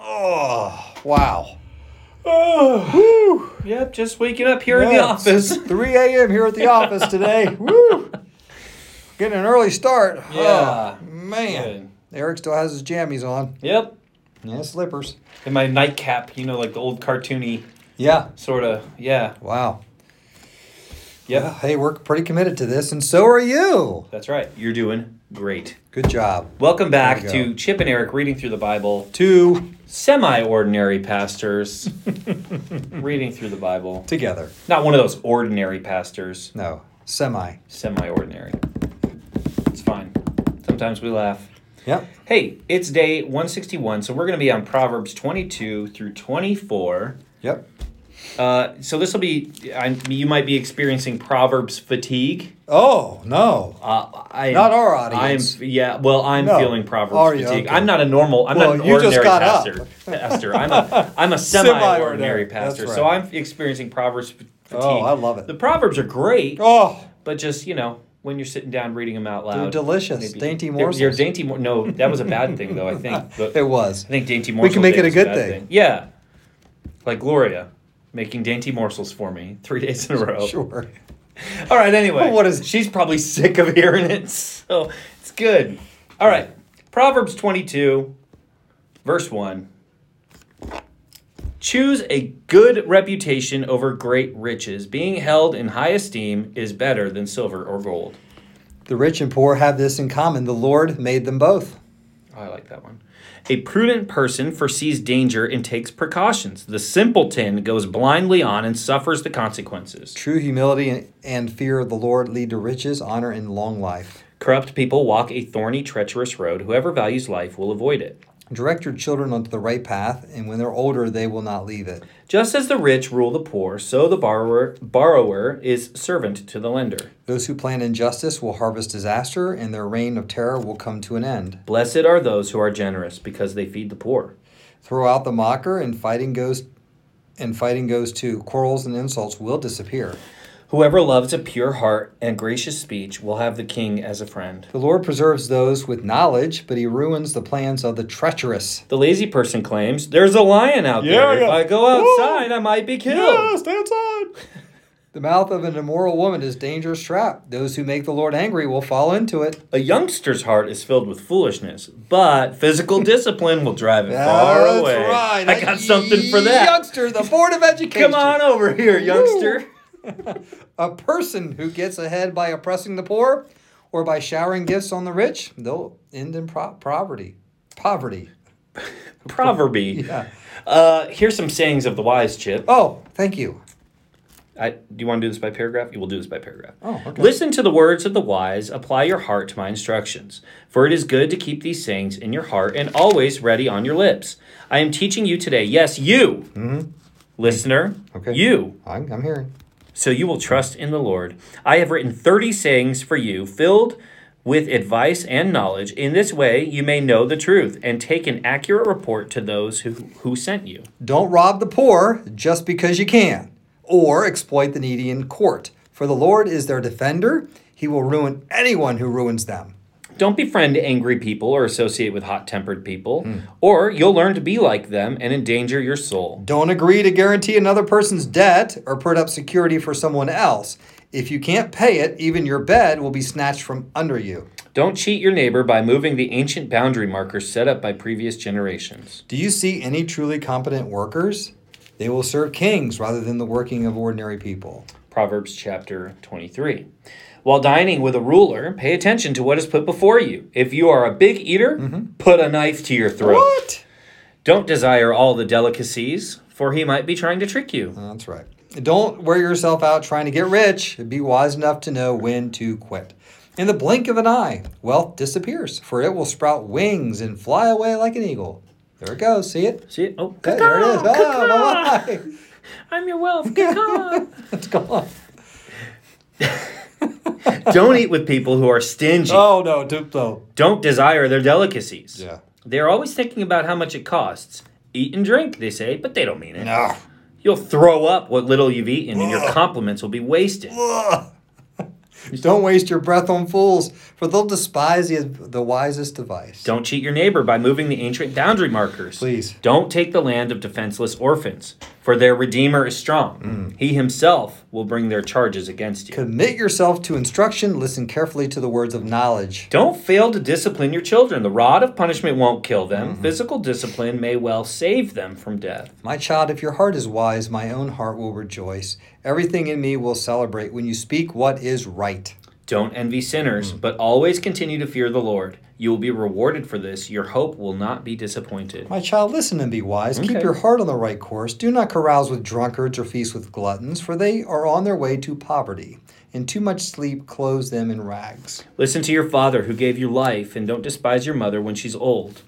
Oh, wow. Yep, just waking up here in the Yeah, office. 3 a.m. here at the office today. Woo! Getting an early start. Yeah. Oh, man. Eric still has his jammies on Yep. and his slippers. And my nightcap, you know, like the old cartoony Yeah. sort of. Yeah. Wow. Yep. Well, hey, we're pretty committed to this, and so are you. That's right. You're doing great. Good job. Welcome back There we go. to Chip and Eric reading through the Bible. Two Semi ordinary pastors reading through the Bible. together. Not one of those ordinary pastors. No, semi. Semi ordinary. It's fine. Sometimes we laugh. Yep. Hey, it's day 161, so we're going to be on Proverbs 22 through 24. Yep. Uh, so this will be, I, you might be experiencing Proverbs fatigue. Oh, no. Uh, I Not our audience. I'm yeah. Well, I'm No. feeling Proverbs Are you? fatigue. Okay. I'm not a normal. I'm Well, not an you just ordinary got up. pastor. pastor. I'm a I'm a semi-ordinary Semi-ordinary. pastor. That's So right. I'm experiencing Proverbs fatigue. Oh, I love it. The Proverbs are great, Oh, but just you know when you're sitting down reading them out loud, delicious. Dainty They're- They're, morsels. dainty. Mor- no, that was a bad thing though. I think. But it was. I think dainty morsels. make it a good thing. Yeah, like Gloria making dainty morsels for me three days in a row. Sure. All right, anyway. What is- She's probably sick of hearing it, so it's good. All right. Proverbs 22, verse 1. Choose a good reputation over great riches. Being held in high esteem is better than silver or gold. The rich and poor have this in common. The Lord made them both. Oh, I like that one. A prudent person foresees danger and takes precautions. The simpleton goes blindly on and suffers the consequences. True humility and- and fear of the Lord lead to riches, honor, and long life. Corrupt people walk a thorny, treacherous road. Whoever values life will avoid it. Direct your children onto the right path, and when they're older, they will not leave it. Just as the rich rule the poor, so the borrower borrower is servant to the lender. Those who plan injustice will harvest disaster, and their reign of terror will come to an end. Blessed are those who are generous, because they feed the poor. Throw out the mocker, and fighting goes, and fighting goes too. Quarrels and insults will disappear. Whoever loves a pure heart and gracious speech will have the king as a friend. The Lord preserves those with knowledge, but He ruins the plans of the treacherous. The lazy person claims, "There's a lion out Yeah, there. If yeah. I go outside, I might be killed." stay outside. The mouth of an immoral woman is dangerous trap. Those who make the Lord angry will fall into it. A youngster's heart is filled with foolishness, but physical discipline will drive it far away. I got something for that. Youngster, the Board of Education. Come on over here, youngster. A person who gets ahead by oppressing the poor or by showering gifts on the rich, they'll end in pro- poverty. Poverty. Proverby. Yeah. Uh, here's some sayings of the wise, Chip. Oh, thank you. I, do you want to do this by paragraph? You will do this by paragraph. Oh, okay. Listen to the words of the wise. Apply your heart to my instructions. For it is good to keep these sayings in your heart and always ready on your lips. I am teaching you today. Yes, you, listener, Mm-hmm. Okay. you. I'm, I'm hearing. So you will trust in the Lord. I have written 30 sayings for you, filled with advice and knowledge. In this way, you may know the truth and take an accurate report to those who, who sent you. Don't rob the poor just because you can, or exploit the needy in court. For the Lord is their defender. He will ruin anyone who ruins them. Don't befriend angry people or associate with hot tempered people, or you'll learn to be like them and endanger your soul. Don't agree to guarantee another person's debt or put up security for someone else. If you can't pay it, even your bed will be snatched from under you. Don't cheat your neighbor by moving the ancient boundary markers set up by previous generations. Do you see any truly competent workers? They will serve kings rather than the working of ordinary people. Proverbs chapter 23. While dining with a ruler, pay attention to what is put before you. If you are a big eater, put a knife to your throat. Mm-hmm. What? Don't desire all the delicacies, for he might be trying to trick you. That's right. Don't wear yourself out trying to get rich. Be wise enough to know when to quit. In the blink of an eye, wealth disappears, for it will sprout wings and fly away like an eagle. There it goes. See it? See it? Oh, Hey, there it is. caw-caw, caw-caw. Ah, bye-bye. I'm your wealth. caw-caw. It's gone. Don't eat with people who are stingy. Oh no, dupe though. Don't desire their delicacies. Yeah. They're always thinking about how much it costs. Eat and drink, they say, but they don't mean it. No. You'll throw up what little you've eaten, and your compliments will be wasted. Don't waste your breath on fools, for they'll despise the, the wisest device. Don't cheat your neighbor by moving the ancient boundary markers. Please. Don't take the land of defenseless orphans, for their Redeemer is strong. He himself will bring their charges against you. Commit yourself to instruction. Listen carefully to the words of knowledge. Don't fail to discipline your children. The rod of punishment won't kill them. Physical discipline may well save them from death. My child, if your heart is wise, my own heart will rejoice. Everything in me will celebrate when you speak what is right. Don't envy sinners, but always continue to fear the Lord. You will be rewarded for this. Your hope will not be disappointed. My child, listen and be wise. Keep Okay. your heart on the right course. Do not carouse with drunkards or feast with gluttons, for they are on their way to poverty, and too much sleep clothes them in rags. Listen to your father who gave you life, and don't despise your mother when she's old.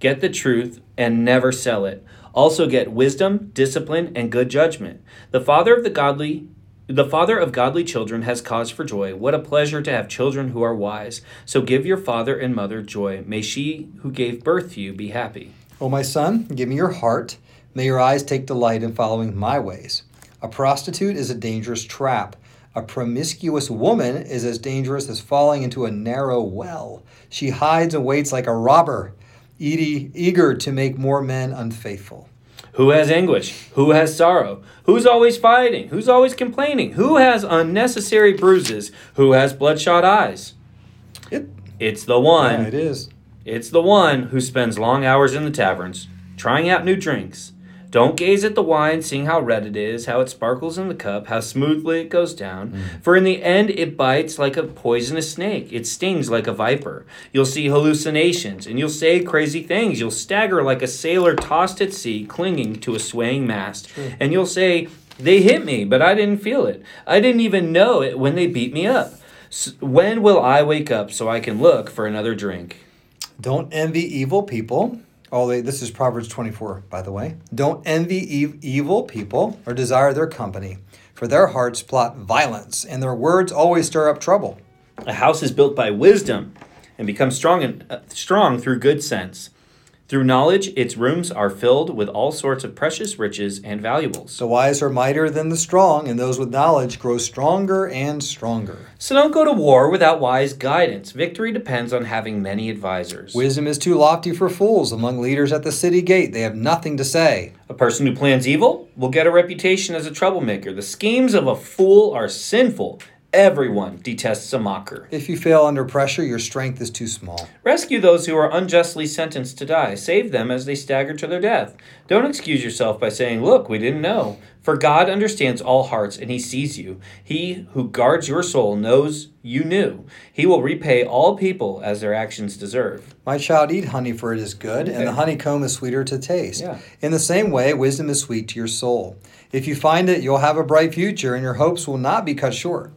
Get the truth and never sell it. Also get wisdom, discipline, and good judgment. The father of the godly the father of godly children has cause for joy. What a pleasure to have children who are wise. So give your father and mother joy. May she who gave birth to you be happy. O my son, give me your heart. May your eyes take delight in following my ways. A prostitute is a dangerous trap. A promiscuous woman is as dangerous as falling into a narrow well. She hides and waits like a robber, eaty- eager to make more men unfaithful. Who has anguish? Who has sorrow? Who's always fighting? Who's always complaining? Who has unnecessary bruises? Who has bloodshot eyes? It, It's the one. yeah, it is. It's the one who spends long hours in the taverns, trying out new drinks. Don't gaze at the wine, seeing how red it is, how it sparkles in the cup, how smoothly it goes down. For in the end, it bites like a poisonous snake. It stings like a viper. You'll see hallucinations, and you'll say crazy things. You'll stagger like a sailor tossed at sea, clinging to a swaying mast. And you'll say, They hit me, but I didn't feel it. I didn't even know it when they beat me up. S- when will I wake up so I can look for another drink? Don't envy evil people. Oh, they- this is Proverbs 24, by the way. Don't envy ev- evil people or desire their company, for their hearts plot violence, and their words always stir up trouble. A house is built by wisdom and becomes strong and uh, strong through good sense. Through knowledge, its rooms are filled with all sorts of precious riches and valuables. The wise are mightier than the strong, and those with knowledge grow stronger and stronger. So don't go to war without wise guidance. Victory depends on having many advisors. Wisdom is too lofty for fools. Among leaders at the city gate, they have nothing to say. a person who plans evil will get a reputation as a troublemaker. The schemes of a fool are sinful. Everyone detests a mocker. If you fail under pressure, your strength is too small. Rescue those who are unjustly sentenced to die. Save them as they stagger to their death. Don't excuse yourself by saying, Look, we didn't know. For God understands all hearts and he sees you. He who guards your soul knows you knew. He will repay all people as their actions deserve. My child, eat honey, for it is good, Okay. and the honeycomb is sweeter to taste. Yeah. In the same way, wisdom is sweet to your soul. If you find it, you'll have a bright future, and your hopes will not be cut short.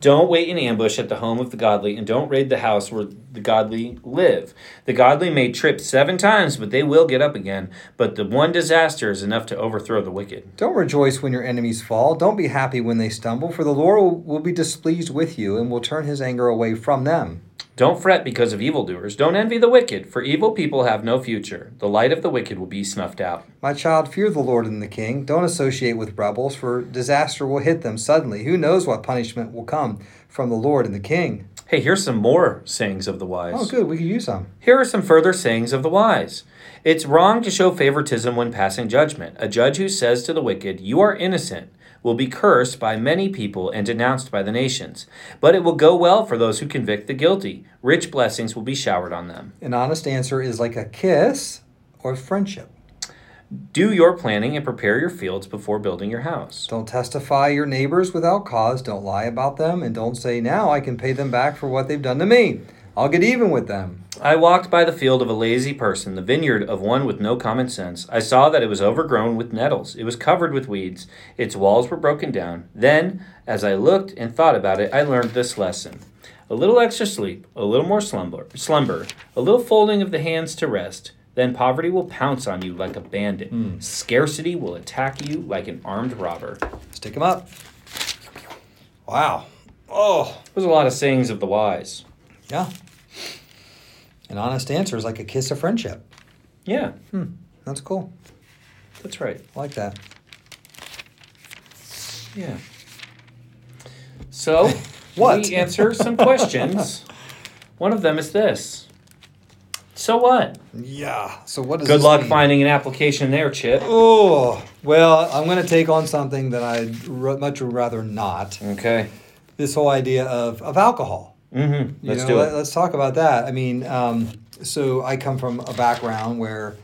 Don't wait in ambush at the home of the godly, and don't raid the house where the godly live. The godly may trip seven times, but they will get up again. But the one disaster is enough to overthrow the wicked. Don't rejoice when your enemies fall. Don't be happy when they stumble, for the Lord will, will be displeased with you and will turn his anger away from them. Don't fret because of evildoers. Don't envy the wicked, for evil people have no future. The light of the wicked will be snuffed out. My child, fear the Lord and the king. Don't associate with rebels, for disaster will hit them suddenly. Who knows what punishment will come from the Lord and the king? Hey, here's some more sayings of the wise. Oh, good. We could use some. Here are some further sayings of the wise. It's wrong to show favoritism when passing judgment. A judge who says to the wicked, You are innocent, will be cursed by many people and denounced by the nations. But it will go well for those who convict the guilty. Rich blessings will be showered on them. An honest answer is like a kiss or friendship. Do your planning and prepare your fields before building your house. Don't testify your neighbors without cause. Don't lie about them. And don't say, now I can pay them back for what they've done to me. I'll get even with them. I walked by the field of a lazy person, the vineyard of one with no common sense. I saw that it was overgrown with nettles. It was covered with weeds. Its walls were broken down. Then, as I looked and thought about it, I learned this lesson. A little extra sleep, a little more slumber, slumber, a little folding of the hands to rest, then poverty will pounce on you like a bandit. Scarcity will attack you like an armed robber. There's Stick them up. Wow. Oh, a lot of sayings of the wise. yeah. An honest answer is like a kiss of friendship. Yeah, That's cool. that's right. I like that. Yeah. So, What? We answer some questions. One of them is this. So what? Yeah. So what is Good this luck mean? finding an application there, Chip. Oh well, I'm going to take on something that I'd r- much rather not. Okay. This whole idea of of alcohol. Mm-hmm. You Let's know, do it. let- Let's talk about that. I mean, um, so I come from a background where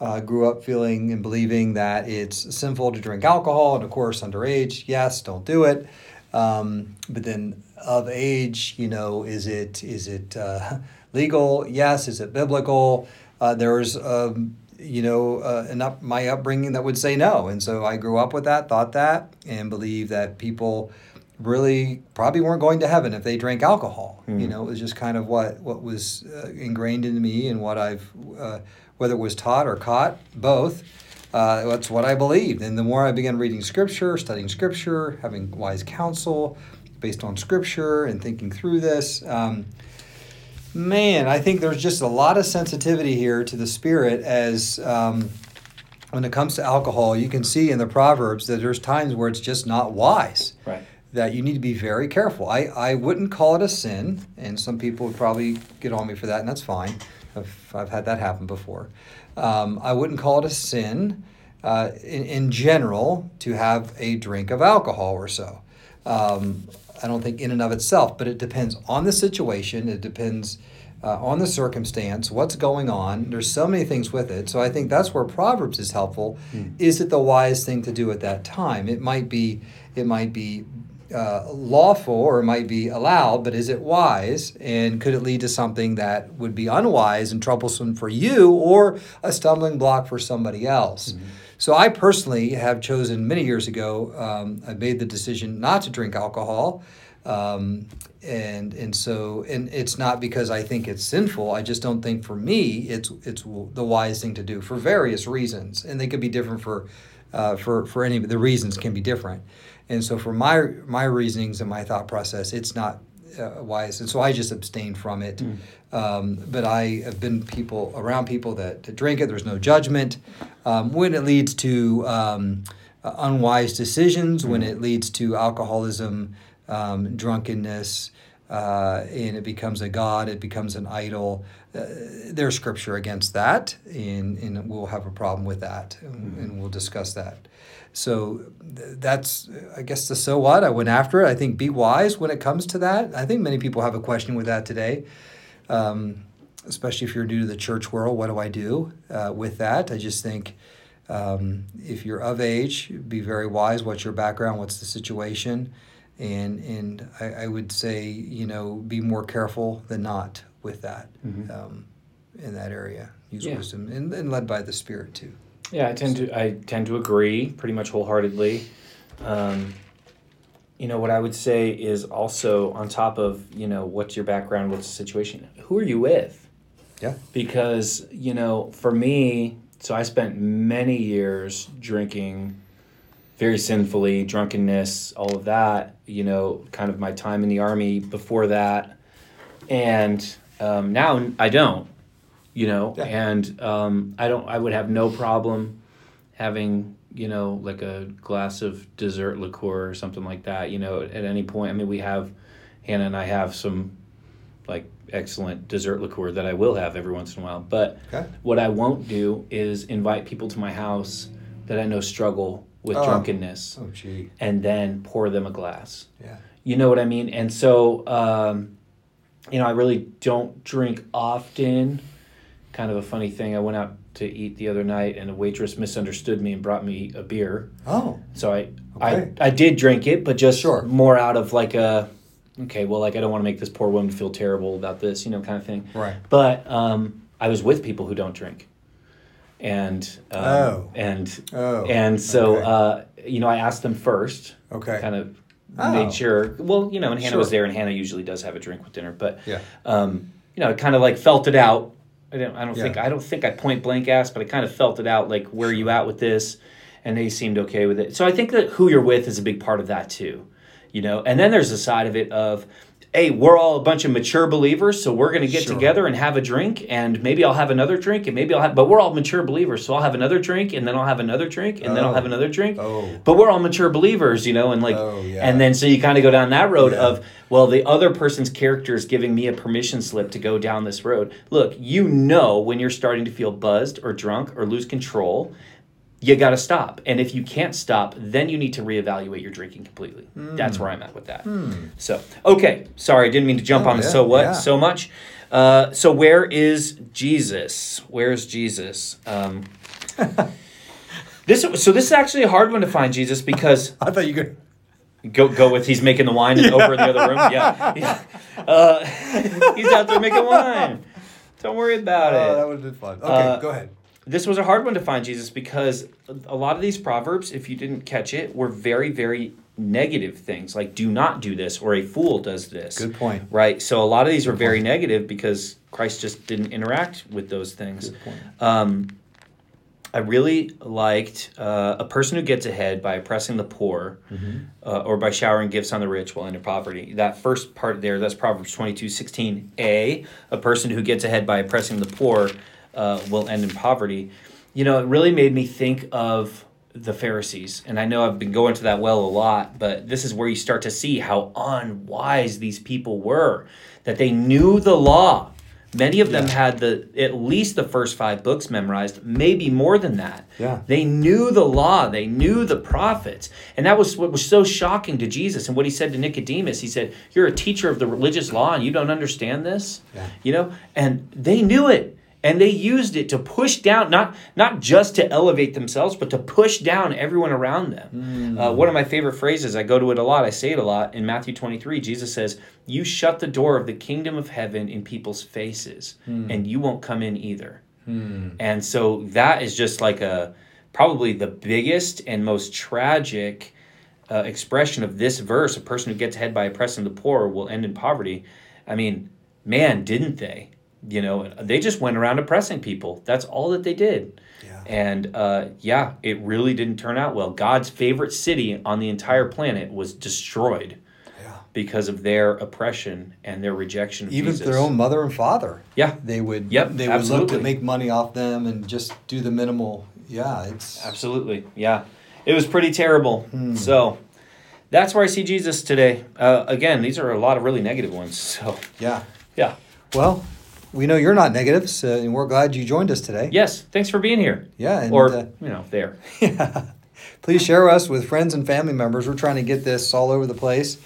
uh, grew up feeling and believing that it's sinful to drink alcohol, and of course, underage, yes, don't do it. Um, but then, of age, you know, is it is it uh, legal? Yes. Is it biblical? Uh, there's um, you know uh, an up, my upbringing that would say no, and so I grew up with that, thought that, and believe that people really probably weren't going to heaven if they drank alcohol. You know, it was just kind of what what was uh, ingrained in me and what I've uh, whether it was taught or caught, both. Uh, that's what I believed. And the more I began reading scripture, studying scripture, having wise counsel based on scripture and thinking through this, um, man, I think there's just a lot of sensitivity here to the spirit as um, when it comes to alcohol, you can see in the Proverbs that there's times where it's just not wise Right. that you need to be very careful. I, I wouldn't call it a sin, and some people would probably get on me for that, and that's fine. I've, I've had that happen before. Um, I wouldn't call it a sin uh, in, in general to have a drink of alcohol or so. Um, I don't think in and of itself, but it depends on the situation. It depends uh, on the circumstance, what's going on. There's so many things with it. So I think that's where Proverbs is helpful. Is it the wise thing to do at that time? It might be, it might be uh, lawful or it might be allowed, but is it wise? And could it lead to something that would be unwise and troublesome for you or a stumbling block for somebody else? So I personally have chosen many years ago. Um, I made the decision not to drink alcohol, um, and and so and it's not because I think it's sinful. I just don't think for me it's it's w- the wise thing to do for various reasons, and they could be different for uh, for for any the reasons can be different. And so for my my reasonings and my thought process, it's not uh, wise, and so I just abstain from it. Um, but I have been people around people that, that drink it. There's no judgment um, when it leads to um, uh, unwise decisions, when it leads to alcoholism, um, drunkenness, uh, and it becomes a god, it becomes an idol. Uh, there's scripture against that, and, and we'll have a problem with that, and, and we'll discuss that. So th- that's, uh, I guess, the so what. I went after it. I think be wise when it comes to that. I think many people have a question with that today, um, especially if you're new to the church world. What do I do uh, with that? I just think um, if you're of age, be very wise. What's your background? What's the situation? And and I, I would say you know be more careful than not with that um, in that area. Use Yeah. wisdom and, and led by the Spirit too. Yeah, I tend to I tend to agree pretty much wholeheartedly. Um, you know what I would say is also on top of you know what's your background, what's the situation, who are you with? Yeah. Because you know, for me, so I spent many years drinking, very sinfully, drunkenness, all of that. You know, kind of my time in the army before that, and um, now I don't. You know, Yeah. and um, I don't. I would have no problem having you know like a glass of dessert liqueur or something like that you know at any point i mean we have hannah and i have some like excellent dessert liqueur that i will have every once in a while but Okay. what i won't do is invite people to my house that i know struggle with Oh. drunkenness Oh gee. and then pour them a glass Yeah. you know what I mean? And so, um, you know, I really don't drink often. Kind of a funny thing. I went out to eat the other night and a waitress misunderstood me and brought me a beer. Oh. So I Okay. I, I did drink it, but just Sure. more out of like a okay, well like I don't want to make this poor woman feel terrible about this, you know, kind of thing. Right. But um, I was with people who don't drink. And um, Oh. and Oh, and so okay. uh, you know, I asked them first Okay. kind of Oh. made sure. Well, you know, and Hannah was Sure. there, and Hannah usually does have a drink with dinner, but Yeah. um, you know, I kind of like felt it out. I don't, I don't Yeah. think I don't think I point blank asked, but I kind of felt it out. Like, where are you at with this? And they seemed okay with it. So I think that who you're with is a big part of that too, you know. And then there's a side of it of hey, we're all a bunch of mature believers, so we're going to get Sure. together and have a drink, and maybe I'll have another drink, and maybe I'll have, but we're all mature believers, so I'll have another drink, and then I'll have another drink, and then I'll Oh. have another drink. Oh. But we're all mature believers, you know, and like, Oh, yeah. and then so you kind of go down that road Yeah. of, well, the other person's character is giving me a permission slip to go down this road. Look, you know when you're starting to feel buzzed or drunk or lose control. You got to stop. And if you can't stop, then you need to reevaluate your drinking completely. Hmm. That's where I'm at with that. So, okay. Sorry, didn't mean to jump Oh, on the yeah, so what yeah. so much. Uh, so, where is Jesus? Where is Jesus? Um, this So, this is actually a hard one to find Jesus because I thought you could. go go with he's making the wine and over in the other room. Yeah, yeah. Uh, he's out there making wine. Don't worry about Oh, it. that would have been fun. Okay, Uh, go ahead. this was a hard one to find Jesus because a lot of these proverbs, if you didn't catch it, were very very negative things like "do not do this" or "a fool does this." Good point. Right. So a lot of these were very negative because Christ just didn't interact with those things. Um, I really liked uh, a person who gets ahead by oppressing the poor, uh, or by showering gifts on the rich while in poverty. That first part there, that's Proverbs twenty two sixteen a. A person who gets ahead by oppressing the poor uh, will end in poverty. You know, it really made me think of the Pharisees, and I know I've been going to that well a lot, but this is where you start to see how unwise these people were. That they knew the law. Many of them Yeah. had the at least the first five books memorized, maybe more than that. Yeah. They knew the law, they knew the prophets. And that was what was so shocking to Jesus and what he said to Nicodemus. He said, You're a teacher of the religious law and you don't understand this. Yeah. You know? And they knew it. And they used it to push down, not not just to elevate themselves, but to push down everyone around them. Uh, one of my favorite phrases, I go to it a lot, I say it a lot. In Matthew 23, Jesus says, You shut the door of the kingdom of heaven in people's faces, and you won't come in either. And so that is just like a probably the biggest and most tragic uh, expression of this verse. A person who gets ahead by oppressing the poor will end in poverty. I mean, man, didn't they? You know, they just went around oppressing people. That's all that they did. Yeah. And uh, yeah, it really didn't turn out well. God's favorite city on the entire planet was destroyed Yeah. because of their oppression and their rejection of Even Jesus. their own mother and father. Yeah. They would. Yep, They would look absolutely. to make money off them and just do the minimal. Yeah, it's Absolutely. Yeah. It was pretty terrible. Hmm. So that's where I see Jesus today. Uh, again, these are a lot of really negative ones. So, yeah. yeah. Well, we know you're not negative, so and we're glad you joined us today. Yes. Thanks for being here. Yeah, and, or, uh, you know, there. Please share us with friends and family members. We're trying to get this all over the place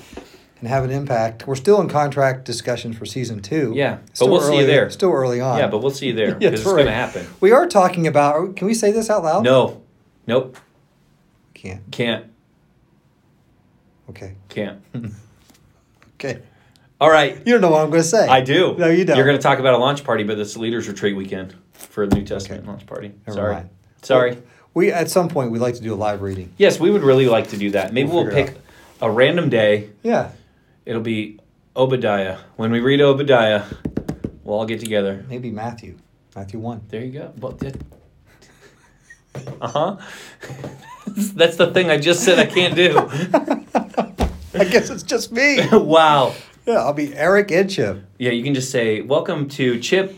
and have an impact. We're still in contract discussions for season two. Yeah, but Still we'll see you early- there. Still early on. yeah, but we'll see you there because Yeah, it's that's right. going to happen. we are talking about. oh, Can we say this out loud? No. Nope. Can't. Can't. Okay. Can't. Okay. All right. You don't know what I'm going to say. I do. No, you don't. You're going to talk about a launch party, but it's the leaders retreat weekend for the New Testament Okay. launch party. Never Sorry. mind. Sorry. We at some point we'd like to do a live reading. yes, we would really like to do that. Maybe We'll we'll figure it pick a random day Yeah. It'll be Obadiah. When we read Obadiah, we'll all get together. Maybe Matthew. Matthew one. There you go. But that... Uh huh. That's the thing I just said I can't do. I guess it's just me. wow. Yeah, I'll be Eric and Chip. Yeah, you can just say, Welcome to Chip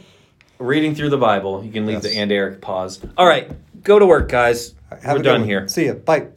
reading through the Bible. You can Yes. leave the and Eric pause. All right, go to work, guys. Have a We're good done one. here. See you. Bye.